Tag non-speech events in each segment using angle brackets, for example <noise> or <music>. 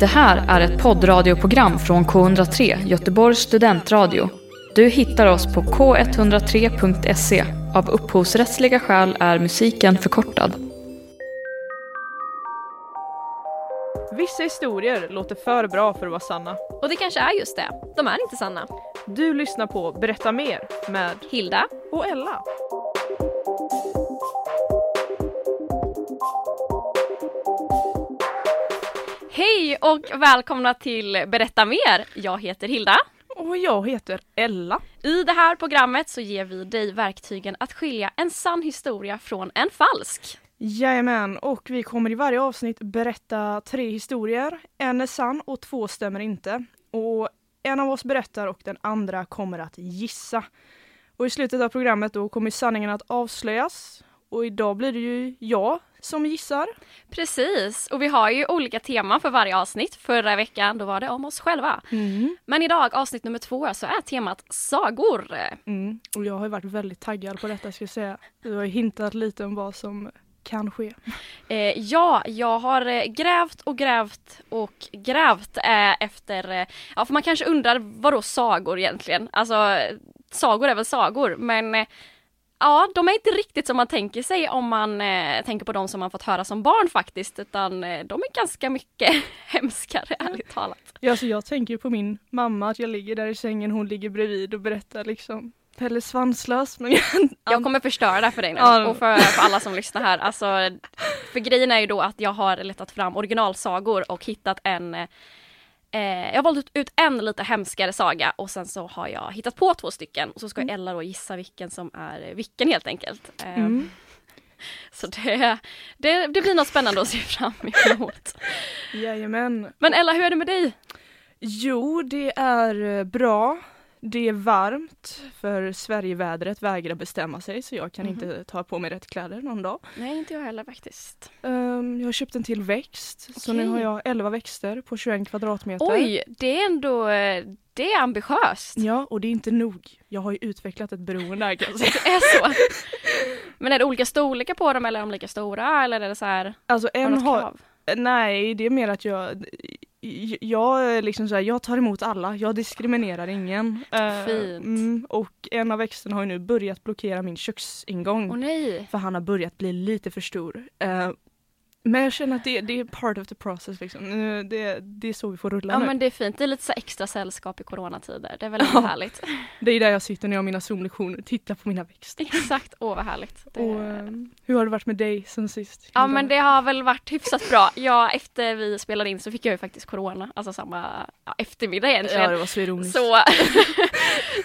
Det här är ett poddradioprogram från K103, Göteborgs studentradio. Du hittar oss på k103.se. Av upphovsrättsliga skäl är musiken förkortad. Vissa historier låter för bra för att vara sanna. Och det kanske är just det, de är inte sanna. Du lyssnar på Berätta mer med Hilda, och Ella. hej och välkomna till Berätta mer. Jag heter Hilda. Och jag heter Ella. I det här programmet så ger vi dig verktygen att skilja en sann historia från en falsk. Jajamän, och vi kommer i varje avsnitt berätta tre historier. En är sann och två stämmer inte. Och en av oss berättar och den andra kommer att gissa. Och i slutet av programmet då kommer sanningen att avslöjas. Och idag blir det ju jag som gissar. Precis, och vi har ju olika teman för varje avsnitt. Förra veckan då var det om oss själva. Men idag, avsnitt nummer två, så är temat sagor. Mm. Och jag har ju varit väldigt taggad på detta ska jag säga. Du har ju hintat lite om vad som kan ske. Eh, ja, jag har eh, grävt och grävt och grävt eh, efter, eh, ja för man kanske undrar vadå sagor egentligen? Alltså eh, sagor är väl sagor men eh, ja de är inte riktigt som man tänker sig om man eh, tänker på de som man fått höra som barn faktiskt utan eh, de är ganska mycket <laughs> hemskare ärligt talat. Ja, alltså jag tänker ju på min mamma, att jag ligger där i sängen, hon ligger bredvid och berättar liksom. Eller svanslös, men <laughs> Jag kommer förstöra det här för dig nu Ja. och för, för alla som lyssnar här. Alltså, för grejen är ju då att jag har letat fram originalsagor och hittat en eh, jag har valt ut- ut en lite hemskare saga och sen så har jag hittat på två stycken och så ska Ella då gissa vilken som är vilken helt enkelt. Eh, Mm. Så det, det, det blir något spännande att se fram emot. Jajamän. Men Ella, hur är det med dig? Jo, det är eh, bra. Det är varmt, för Sverigevädret vägrar bestämma sig så jag kan Mhm. inte ta på mig rätt kläder någon dag. Nej, inte jag heller faktiskt. Ehm, jag har köpt en till växt, så nu Okej. har jag 11 växter på 21 kvadratmeter. Oj, det är ändå eh, det är ambitiöst. Ja, och det är inte nog. Jag har ju utvecklat ett beroende här kan <laughs> jag säga. Det är så. Men är det olika storlekar på dem eller är de lika stora eller är det så här? Alltså Har en du något har, krav? Nej, det är mer att jag j- jag, är liksom så här, jag tar emot alla, jag diskriminerar ingen. Eh, Fint. mm, och en av växterna har ju nu börjat blockera min köksingång. Åh nej. För han har börjat bli lite för stor. Eh, men jag känner att det, det är part of the process liksom. Nu- Det, det är så vi får rulla Ja nu. men det är fint, det är lite så här extra sällskap i coronatider. Det är väl Ja. ändå härligt. <laughs> Det är där jag sitter när jag har mina zoomlektioner och tittar på mina växter. Exakt, åh vad härligt. Det... Och, eh, hur har det varit med dig sen sist? Ja men det har väl varit hyfsat bra. Ja efter vi spelade in så fick jag ju faktiskt corona, alltså samma ja, eftermiddag egentligen. Ja, det var så ironiskt. Så, <laughs>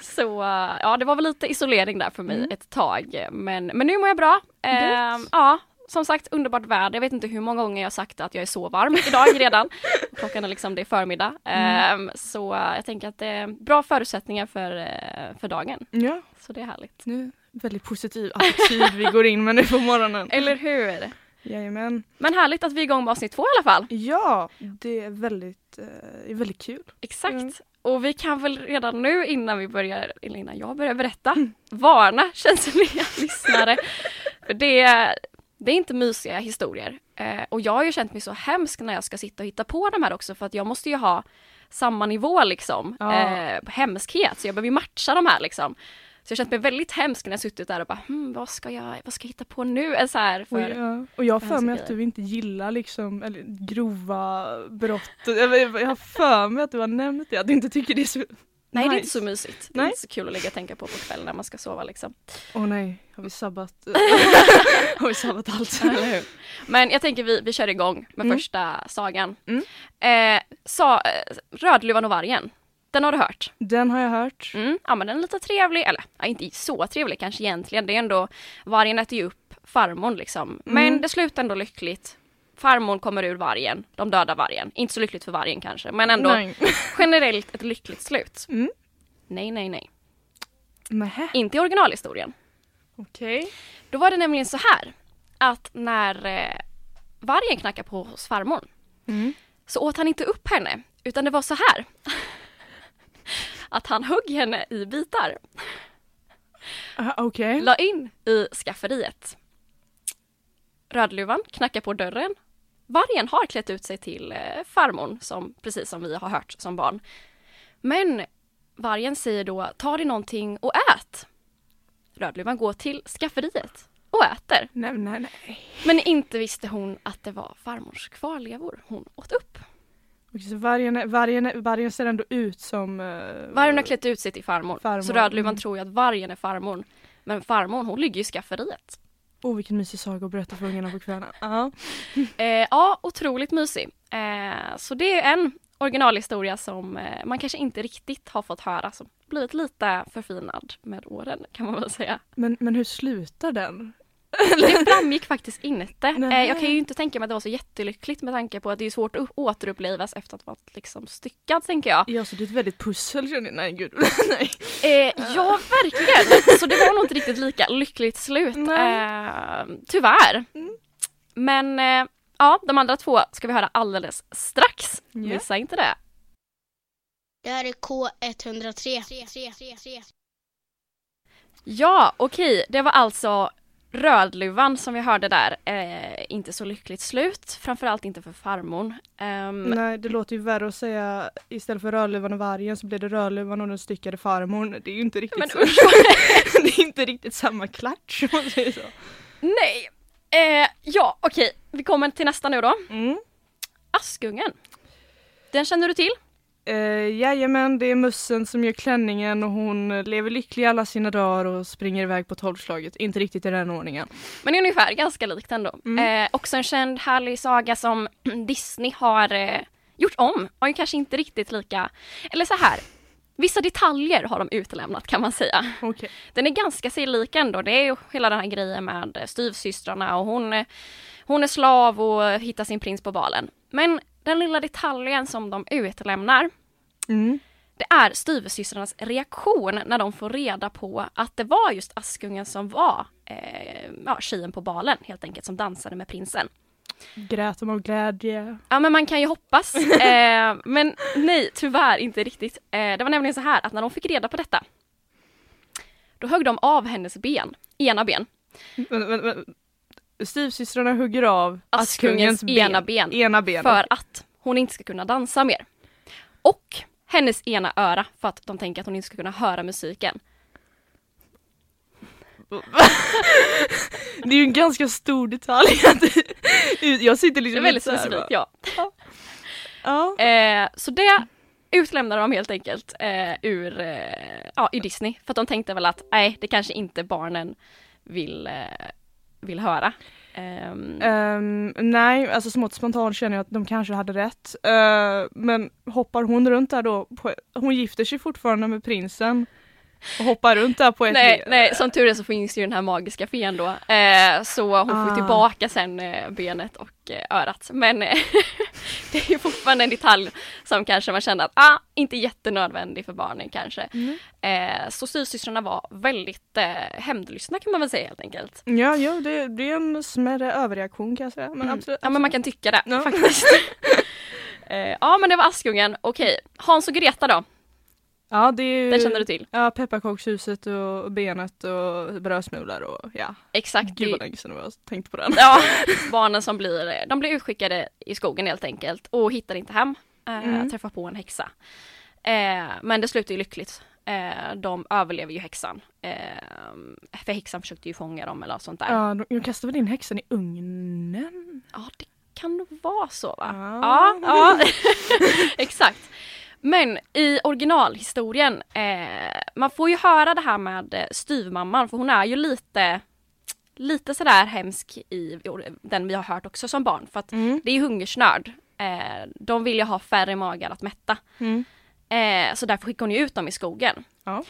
så eh, ja det var väl lite isolering där för mig Mm. ett tag. Men, men nu mår jag bra. Ehm, Gött. ja, som sagt underbart väder. Jag vet inte hur många gånger jag har sagt att jag är så varm idag <laughs> redan. Klockan är liksom det är förmiddag. Ehm, så eh, jag tänker att det är bra förutsättningar för, eh, för dagen. Ja, Så det är härligt. nu väldigt positiv attityd vi går in med nu på <laughs> morgonen. Eller hur? Jajamän. Men härligt att vi är igång med avsnitt två i alla fall. Ja, det är väldigt, eh, det är väldigt kul. Exakt. Mm. Och vi kan väl redan nu innan vi börjar, eller innan jag börjar berätta, Mm. varna <laughs> känsliga lyssnare. För det, det är inte mysiga historier. Eh, och jag har ju känt mig så hemsk när jag ska sitta och hitta på de här också för att jag måste ju ha samma nivå liksom, Ja. eh, på hemskhet. Så jag behöver ju matcha de här liksom. Så jag har känt mig väldigt hemsk när jag suttit där och bara, hmm, vad ska jag, vad ska jag hitta på nu? Eh, Så här, Och, för... ja, och jag har för för mig att hemska du inte gillar liksom, eller, grova brott. Jag jag har för mig att du har nämnt det, att du inte tycker det är så... Nej, det är inte nice. så mysigt. Det är Nej. inte så kul att ligga och tänka på på kvällen när man ska sova liksom. Åh nej, har vi sabbat, <laughs> har vi sabbat allt? Men jag tänker vi, vi kör igång med Mm. första sagan. Mm. Eh, sa, eh, Rödluvan och vargen. Den har du hört? Den har jag hört. Mm. Ja men den är lite trevlig, eller ja, inte så trevlig kanske egentligen. Det är ändå, vargen äter ju upp farmon liksom. Men Mm. det slutar ändå lyckligt. Farmon kommer ur vargen, de dödar vargen. Inte så lyckligt för vargen kanske, men ändå Nej. generellt ett lyckligt slut. Mm. Nej, nej, nej. Nähä. Inte i originalhistorien. Okej. Då var det nämligen så här att när eh, vargen knackar på hos farmor Mm. så åt han inte upp henne utan det var så här <laughs> att han högg henne i bitar, Ah, Okej. la in i skafferiet. Rödluvan knackar på dörren vargen har klätt ut sig till eh, farmor, som, precis som vi har hört som barn. Men vargen säger då, ta dig någonting och ät. Rödluvan går till skafferiet och äter. Nej, nej, nej. Men inte visste hon att det var farmors kvarlevor hon åt upp. Okej, så vargen, vargen, vargen ser ändå ut som... eh, Vargen har klätt ut sig till farmor, Farmor, så Rödluvan mm. tror ju att vargen är farmor. Men farmor hon ligger ju i skafferiet. Åh, vilken mysig saga att berätta för ungarna på kvällarna. Ja. Eh, ja, otroligt mysig. Eh, så det är en originalhistoria som eh, man kanske inte riktigt har fått höra, som blivit lite förfinad med åren kan man väl säga. Men, men hur slutar den? Det framgick faktiskt inte. Eh, Nej. jag kan ju inte tänka mig att det var så jättelyckligt med tanke på att det är svårt att upp- återupplivas efter att ha varit liksom styckad tänker jag. Ja, så det är ett väldigt pussel känner jag. Nej, gud. <laughs> nej. Eh, ja, verkligen. Så det var nog inte riktigt lika lyckligt slut. Nej. Eh, tyvärr. Mm. Men eh, ja, de andra två ska vi höra alldeles strax. Ja. Missa inte det. Det här är K103. Ja, okej. Det var alltså Rödluvan som vi hörde där. Eh, inte så lyckligt slut. Framförallt inte för farmor. Ehm, Nej, det låter ju värre att säga istället för Rödluvan och vargen så blir det Rödluvan och den styckade farmorn. Det är ju inte riktigt men så. usch, <laughs> det är inte riktigt samma klatsch om man säger så. <laughs> nej! Eh, ja, okej. Vi kommer till nästa nu då. Mm. Askungen. Den känner du till? Eh, jajamän, det är mössen som gör klänningen och hon lever lycklig i alla sina dagar och springer iväg på tolvslaget. Inte riktigt i den ordningen. Men ungefär ganska likt ändå. Mm. Eh, också en känd härlig saga som <clears throat> Disney har eh, gjort om. Och är kanske inte riktigt lika... Eller så här. Vissa detaljer har de utelämnat kan man säga. Okej. Den är ganska sig lik ändå. Det är ju hela den här grejen med eh, styvsystrarna och hon, eh, hon är slav och hittar sin prins på balen. Men den lilla detaljen som de utelämnar, Mm. det är styvsystrarnas reaktion när de får reda på att det var just Askungen som var eh, ja, tjejen på balen helt enkelt, som dansade med prinsen. Grät de av glädje? Ja men man kan <laughs> ju hoppas. Eh, men nej, tyvärr inte riktigt. Eh, det var nämligen så här att när de fick reda på detta, då högg de av hennes ben, ena ben. Men, men, men. Styvsystrarna hugger av Askungens ena ben. Ena ben. för att hon inte ska kunna dansa mer. Och hennes ena öra för att de tänker att hon inte ska kunna höra musiken. Det är ju en ganska stor detalj. <laughs> jag sitter Det är liksom väldigt lite så här, bara, specifikt ja. ja. Eh, så det utlämnade de helt enkelt eh, ur, eh, ja, ur Disney. För att de tänkte väl att nej, det kanske inte barnen vill, eh, vill höra. Ehm, Ehm, nej, alltså smått spontant känner jag att de kanske hade rätt. Eh, men hoppar hon runt där då? På, hon gifter sig fortfarande med prinsen och hoppar runt där på ett Nej, ben. nej, som tur är så finns ju den här magiska fen då. Eh, så hon får Ah. ju tillbaka sen eh, benet och eh, örat. Men eh, <laughs> det är ju fortfarande en detalj som kanske man känner att, ah, inte jättenödvändig för barnen kanske. Mm. Eh, så styvsystrarna var väldigt eh, hämndlystna kan man väl säga helt enkelt. Ja, ja det, det är en smärre överreaktion kan jag säga. Men absolut. Mm. Ja men man kan tycka det Ja. faktiskt. <laughs> eh, ja men det var Askungen, okej. Hans och Greta då, ja, det är ju, den känner du till. Ja, pepparkakshuset och benet och brödsmulor och ja. Exakt. det är Gud ju- vad länge sedan jag tänkt på den. <laughs> Ja, barnen som blir, de blir utskickade i skogen helt enkelt och hittar inte hem. Eh, Mm. Träffar på en häxa. Eh, men det slutar ju lyckligt. Eh, de överlever ju häxan. Eh, för häxan försökte ju fånga dem eller sånt där. Ja, Ja, de, de kastar väl in häxan i ugnen? det kan nog vara så va? Ja. Ja, ja. <laughs> exakt. Men i originalhistorien, eh, man får ju höra det här med eh, styvmamman för hon är ju lite lite sådär hemsk i den vi har hört också som barn för att Mm. det är hungersnöd. Eh, de vill ju ha färre magar att mätta. Mm. Eh, så därför skickar hon ju ut dem i skogen. Ja.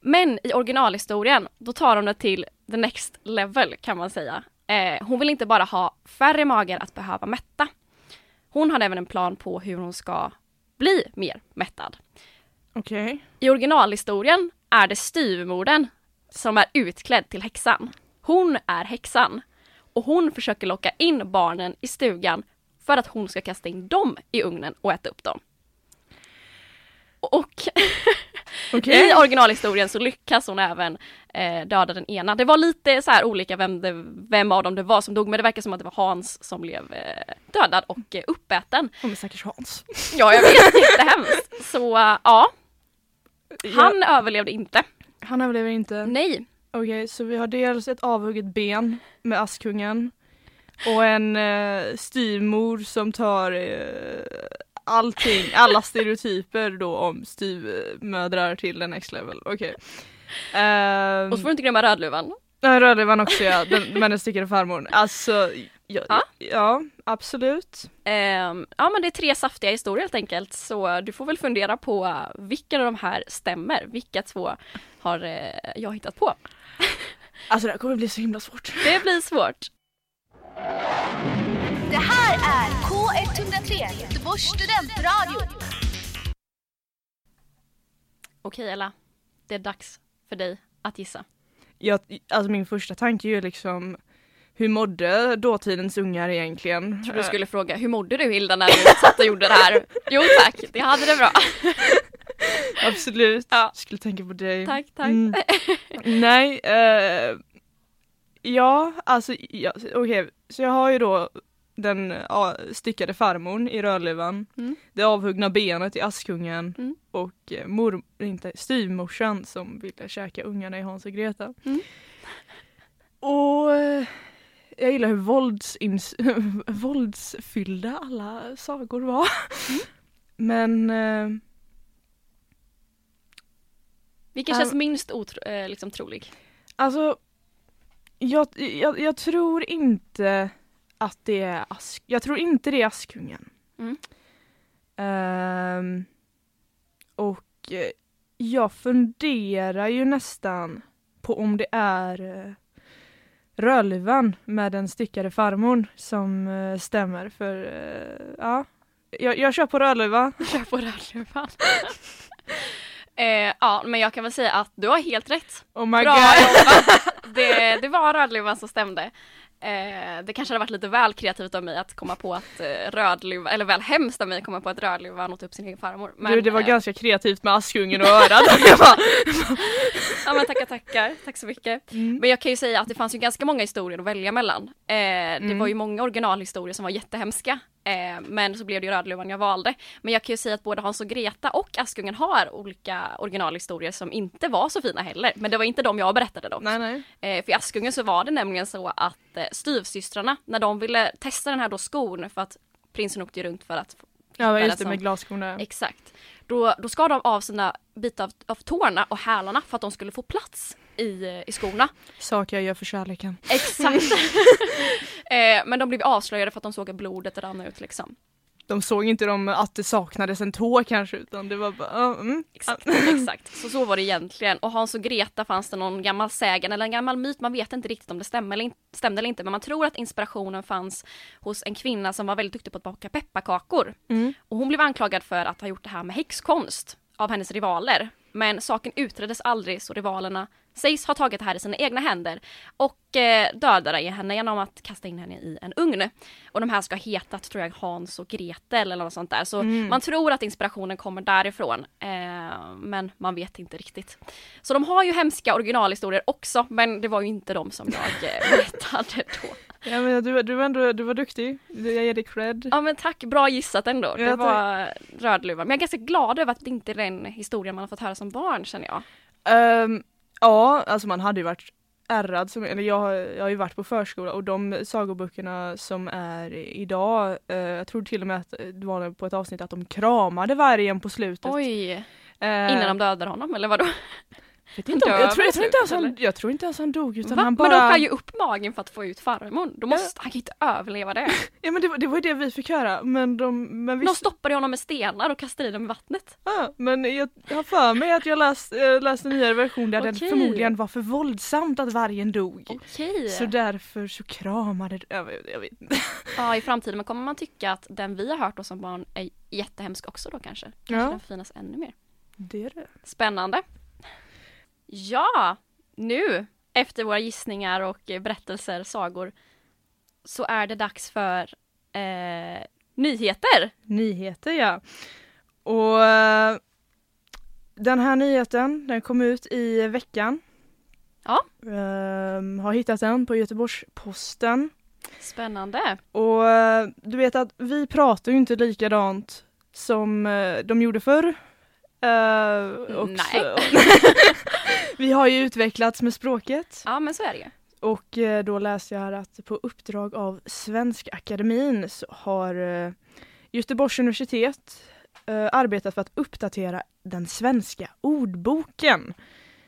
Men i originalhistorien, då tar de det till the next level kan man säga. Eh, hon vill inte bara ha färre magar att behöva mätta. Hon har även en plan på hur hon ska bli mer mättad. Okej. I originalhistorien är det styvmodern som är utklädd till häxan. Hon är häxan. Och hon försöker locka in barnen i stugan för att hon ska kasta in dem i ugnen och äta upp dem. Och Okej. Eh. i originalhistorien så lyckas hon även eh, döda den ena. Det var lite så här olika vem, det, vem av dem det var som dog, men det verkar som att det var Hans som blev eh, dödad och eh, uppäten. De är säkert Hans. Ja, jag vet, inte hemskt. Så eh, ja, han överlevde inte. Ja, han överlever inte. Nej, Okej, så vi har dels ett avhugget ben med Askungen och en eh, styvmor som tar eh, allting, alla stereotyper då om styvmödrar till the next level. Okej. Ehm, Okay. och så får du inte glömma Rödluvan. Nej, Rödluvan också ja, den, med den styckade farmor. Alltså, ja, Ja. ja absolut. Ehm, ja men det är tre saftiga historier helt enkelt så eh, du får väl fundera på eh, vilken av de här stämmer, vilka två har eh, jag hittat på. Alltså det här kommer bli så himla svårt. Det blir svårt. Det här är K103, Göteborgs studentradio. Okej Ella, det är dags för dig att gissa. jag, alltså min första tanke är ju liksom hur mådde dåtidens ungar egentligen? Jag trodde du skulle fråga, hur mådde du Hilda när du satt och gjorde det <laughs> här? Jo tack, det hade det bra. Eh, Absolut, Ja. skulle tänka på dig. Tack, tack. <laughs> Mm. Nej, eh, ja alltså ja, okej, så jag har ju då den ja, styckade farmorn i Rödluvan, Mm. det avhuggna benet i Askungen Mm. och eh, mor, inte, styvmorsan som ville käka ungarna i Hans och Greta. Mm. Och eh, jag gillar hur våldsins, <laughs> våldsfyllda alla sagor var. Mm. Men eh, Vilken känns minst otro, eh, liksom, trolig? Alltså, jag, jag, jag tror inte att det är ask, Jag tror inte det är Askungen. Mm. Ehm, och eh, jag funderar ju nästan på om det är uh, Rödluvan med den styckade farmor som eh, stämmer för eh, ja. Jag, jag kör på Rödluva. Kör på Rödluvan. <laughs> eh, ja men jag kan väl säga att du har helt rätt. Oh my Bra god. jobbat! <laughs> Det, det var Rödluvan som stämde. Eh, det kanske hade varit lite väl kreativt av mig att komma på att eh, Rödluvan, eller väl hemskt av mig att komma på att Rödluvan åt upp sin egen farmor. Men, du, det var eh, ganska kreativt med Askungen och örat. <laughs> Jag bara, eh, Ja men tackar tackar, tack så mycket. Mm. Men jag kan ju säga att det fanns ju ganska många historier att välja mellan. Eh, Mm. Det var ju många originalhistorier som var jättehemska. Eh, men så blev det ju Rödluvan jag valde. Men jag kan ju säga att både Hans och Greta och Askungen har olika originalhistorier som inte var så fina heller. Men det var inte de jag berättade dock. nej nej. Eh, för i Askungen så var det nämligen så att eh, styvsystrarna, när de ville testa den här då skon för att prinsen åkte ju runt för att, Ja Bara just det som- med glasskorna. exakt, då, då skar de av sina bitar av, av tårna och hälarna för att de skulle få plats i, eh, i skorna. Saker jag gör för kärleken. <laughs> Exakt. <laughs> eh, men de blev avslöjade för att de såg att blodet rann ut liksom. De såg inte de att det saknades en tå kanske utan det var bara, ja, <laughs> mm. Exakt, exakt. Så så var det egentligen. Och Hans och Greta fanns det någon gammal sägen eller en gammal myt, man vet inte riktigt om det stämmer eller in- stämde eller inte, men man tror att inspirationen fanns hos en kvinna som var väldigt duktig på att baka pepparkakor. Mm. Och hon blev anklagad för att ha gjort det här med häxkonst av hennes rivaler. Men saken utreddes aldrig så rivalerna sägs ha tagit det här i sina egna händer och eh, dödade henne genom att kasta in henne i en ugn. Och de här ska ha hetat tror jag Hans och Gretel eller något sånt där. Så Mm. man tror att inspirationen kommer därifrån. Eh, men man vet inte riktigt. Så de har ju hemska originalhistorier också men det var ju inte de som jag <laughs> eh, berättade då. Ja, men du, du, var ändå, du var duktig, jag ger dig cred. Ja men tack, bra gissat ändå. Ja, Det tack. var Rödluvan. Men jag är ganska glad över att det inte är den historien man har fått höra som barn känner jag. Ehm, ja, alltså man hade ju varit ärrad, som, eller jag, har- jag har ju varit på förskola och de sagoböckerna som är idag, eh, jag tror till och med att det var på ett avsnitt att de kramade vargen på slutet. Oj, Eh, innan de dödar honom eller vadå? vet inte om, dör jag, tror, på jag, tror inte ens slutet, han, jag tror inte ens han dog utan Va? han bara... Men de skär ju upp magen för att få ut farmor. Då måste han kan ju inte <laughs> överleva det. Ja men det, var- det var ju det vi fick höra, men de... Men De visst, stoppar ju honom med stenar och kastar i dem i vattnet. Ja, Ah, men jag jag har för mig att jag läst, eh, läste en nyare version där det Okej. förmodligen var för våldsamt att vargen dog. Okej. Så därför så kramade det, jag, vet- jag vet inte. Ja, i framtiden men kommer man tycka att den vi har hört då som barn är jättehemsk också då kanske. Kanske Ja. den finas ännu mer. Det är det. Spännande. Ja, nu efter våra gissningar och eh, berättelser, sagor, så är det dags för eh, nyheter. Nyheter ja. Och eh, den här nyheten den kom ut i veckan. Ja. Ehm, har hittat den på Göteborgs-Posten. Spännande. Och eh, du vet att vi pratar ju inte likadant som eh, de gjorde förr. Eh, och Nej. så- <laughs> vi har ju utvecklats med språket. Ja men så är det ju. Och eh, då läste jag här att på uppdrag av Svenska Akademin så har eh, Göteborgs universitet eh, arbetat för att uppdatera den svenska ordboken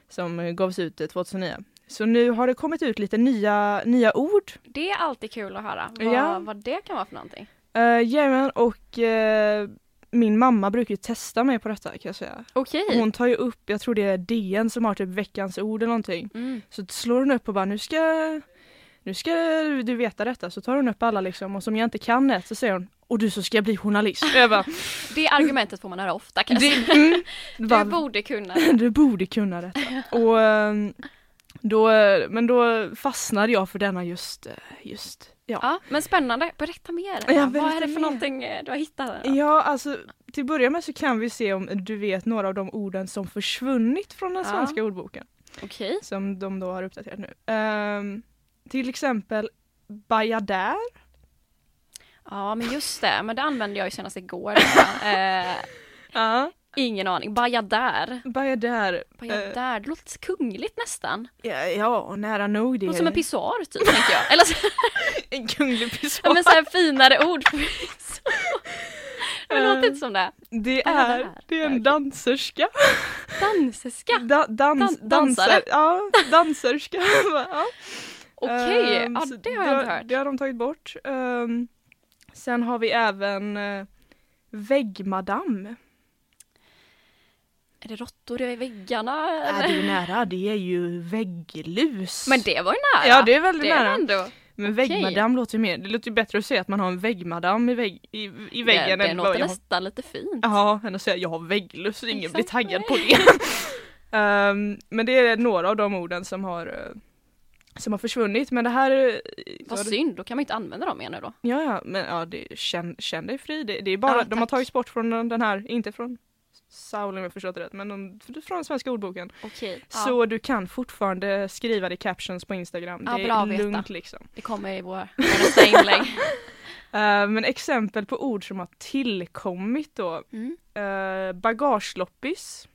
som eh, gavs ut eh, 2009. Så nu har det kommit ut lite nya, nya ord Det är alltid kul att höra vad, Ja. vad det kan vara för någonting. Eh, Jajamän och eh, min mamma brukar ju testa mig på detta kan jag säga. Okej. Hon tar ju upp, jag tror det är DN som har typ veckans ord eller någonting. Mm. Så slår hon upp och bara nu ska, nu ska du veta detta. Så tar hon upp alla liksom och som jag inte kan ett så säger hon och du så ska jag bli journalist. Jag bara, Det argumentet får man höra ofta kan jag säga. det, mm, <laughs> Du bara, borde kunna. <laughs> du borde kunna detta. Och, ehm, då, men då fastnade jag för denna just, eh, just ja. Ja, men spännande. Berätta mer. Ja, vad berätta är det för mer. någonting eh, du har hittat? Här, då? Ja, alltså till att börja med så kan vi se om du vet några av de orden som försvunnit från den Ja. svenska ordboken. Okej. Som de då har uppdaterat nu. Ehm, till exempel bajadär. Ja men just det, men det använde jag ju senast igår. <laughs> eh, Ja. ingen aning. Bajadär. Bajadär. Bajadär, det låter lite kungligt nästan. Ja, ja, nära nog det. Det låter som en pissoar typ tänker jag. <laughs> Eller så, En kunglig ja, pissoar. men så här finare ord. <laughs> för pissoar. Men det låter inte som det. det, är, bajadär. det är Okej. en danserska. Danserska. Da, dans, Dan- dansare. dansare. Ja, danserska. <laughs> ja. Okej, Ehm, ja, så det har jag inte hört. Det har de tagit bort. Ehm, sen har vi även uh, väggmadam. Är det råttor i väggarna? Ja, Eller? det är ju nära. Det är ju vägglus. Men det var ju nära. Ja, det är väldigt det är nära. ändå. Men väggmadam låter ju mer, det låter ju bättre att säga att man har en väggmadam i, vägg, i, i Det, väggen. det än bara, låter jag har, nästan lite fint. ja, än att säga jag har vägglus, så ingen blir Exakt. taggad <laughs> på det. Ehm, men det är några av de orden som har, eh, som har försvunnit. Men det här... eh, Vad så- synd, då kan man ju inte använda dem mer nu då. Ja, ja, men ja, det, känn, känn dig fri. Det, det är bara, Ja, de har tack. tagits bort från den, den här, inte från Saul om jag förstått det rätt, men de, från den svenska ordboken. Okej, ja, Så du kan fortfarande skriva det i captions på Instagram. Ja, det bra är att veta. lugnt liksom. det kommer i vår, vår nästa inlägg. Eh, men exempel på ord som har tillkommit då. <laughs> Mm. Uh, bagageloppis,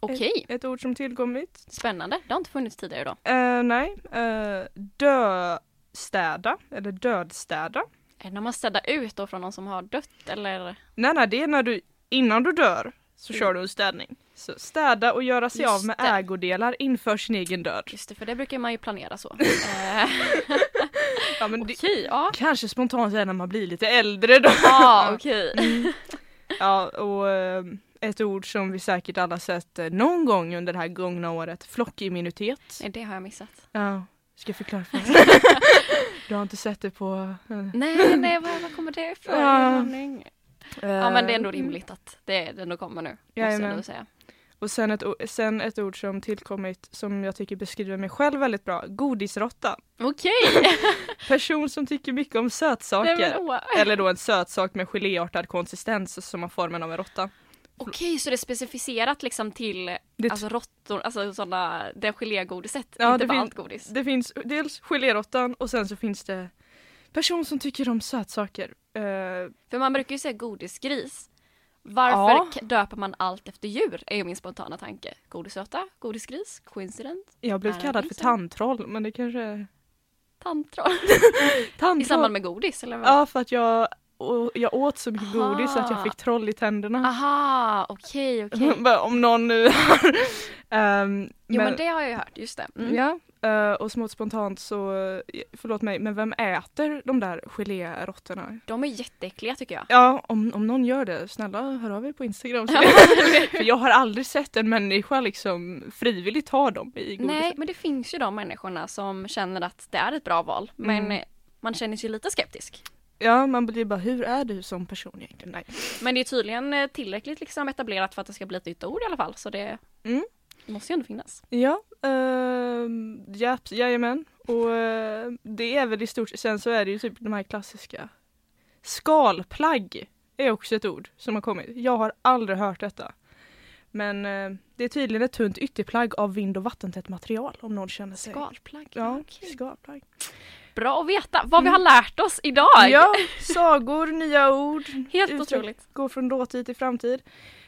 Okej, ett ord som tillkommit. spännande. Det har inte funnits tidigare då. Eh, nej. Uh, döstäda, eller dödstäda. Är det när man städar ut då från någon som har dött eller? Nej, nej, det är när du, innan du dör så kör du en städning. Så städa och göra sig Mm. Just av med det. ägodelar inför sin egen död. Just det, för det brukar man ju planera <laughs> så. Eh, Ja, men det, Okej, ja. kanske spontant är när man blir lite äldre då. <laughs> Ja, okej. Ja, och eh, ett ord som vi säkert alla sett eh, någon gång under det här gångna året, flockimmunitet. Nej, det har jag missat. Ja, ska jag förklara för <laughs> dig? du har inte sett det på... eh, Nej, <laughs> nej, var, var kommer det ifrån? Mm. Jag har ingen aning. Ja, men det är ändå rimligt att det, det ändå kommer nu. Måste jag Jajamän. ändå säga. Och sen ett, o- sen ett ord som tillkommit som jag tycker beskriver mig själv väldigt bra, godisrotta. Okej! Person som tycker mycket om Nej, sötsaker. men åh. Eller då en sötsak med geléartad konsistens som har formen av en råtta. Okej, så det är specificerat liksom till Det- alltså råttor, alltså sådana, det gelégodiset, Ja, inte det bara fin- allt godis. Det finns dels geléråttan och sen så finns det person som tycker om sötsaker. Eh, För man brukar ju säga godisgris. Varför Ja. k- döper man allt efter djur? Är ju min spontana tanke. Godisöta, godisgris, coincident, jag har blivit Ja, kallad det för finns det. tandtroll men det kanske är... <laughs> tandtroll. I samband Tandtroll! med godis eller? vad? Ja för att jag, å- jag åt så mycket Aha. godis att jag fick troll i tänderna. Aha, <laughs> okej okej. Bara om någon nu har... Ehm, Jo men det har jag ju hört, just det. Mm. Ja, eh, och smått spontant så, eh, förlåt mig, men vem äter de där geléråttorna? De är jätteäckliga tycker jag. Ja, om, om någon gör det, snälla hör av er på Instagram. <laughs> Så <laughs> För jag har aldrig sett en människa liksom frivilligt ta dem i godiset. Nej men det finns ju de människorna som känner att det är ett bra val men Mm. eh, man känner sig lite skeptisk. Ja, man blir bara hur är du som person egentligen? Nej. Men det är tydligen eh, tillräckligt liksom etablerat för att det ska bli ett nytt ord i alla fall så det Mm. måste ju ändå finnas. Ja, ehm, japp, jajamän. Och eh, det är väl i stort, sen så är det ju typ de här klassiska. Skalplagg är också ett ord som har kommit. Jag har aldrig hört detta. Men eh, det är tydligen ett tunt ytterplagg av vind och vattentätt material om någon känner sig... Skalplagg. Ja, okej. skalplagg. Bra att veta vad vi har lärt oss idag. Ja, sagor, nya ord. Helt Uttryck. otroligt. Gå från dåtid till framtid.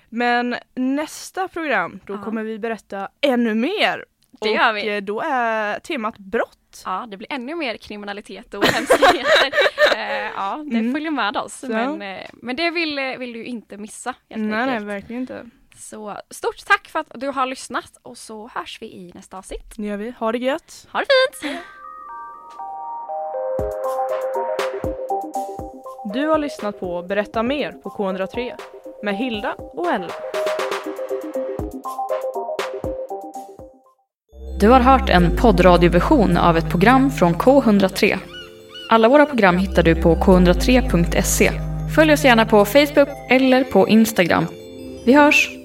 Men nästa program, då Ja. kommer vi berätta ännu mer. Det och gör vi. eh, då är temat brott. Ja, det blir ännu mer kriminalitet och <laughs> hemskheter. eh, ja, det Mm. följer med oss. Så. Men, eh, men det vill, eh, vill du ju inte missa. Helt nej, nej, enkelt. verkligen inte. Så stort tack för att du har lyssnat och så hörs vi i nästa avsnitt. Nu gör vi. Ha det gött. Ha det fint! Du har lyssnat på Berätta mer på K103 med Hilda och Ella. Du har hört en poddradioversion av ett program från K103. Alla våra program hittar du på k103.se. Följ oss gärna på Facebook eller på Instagram. Vi hörs!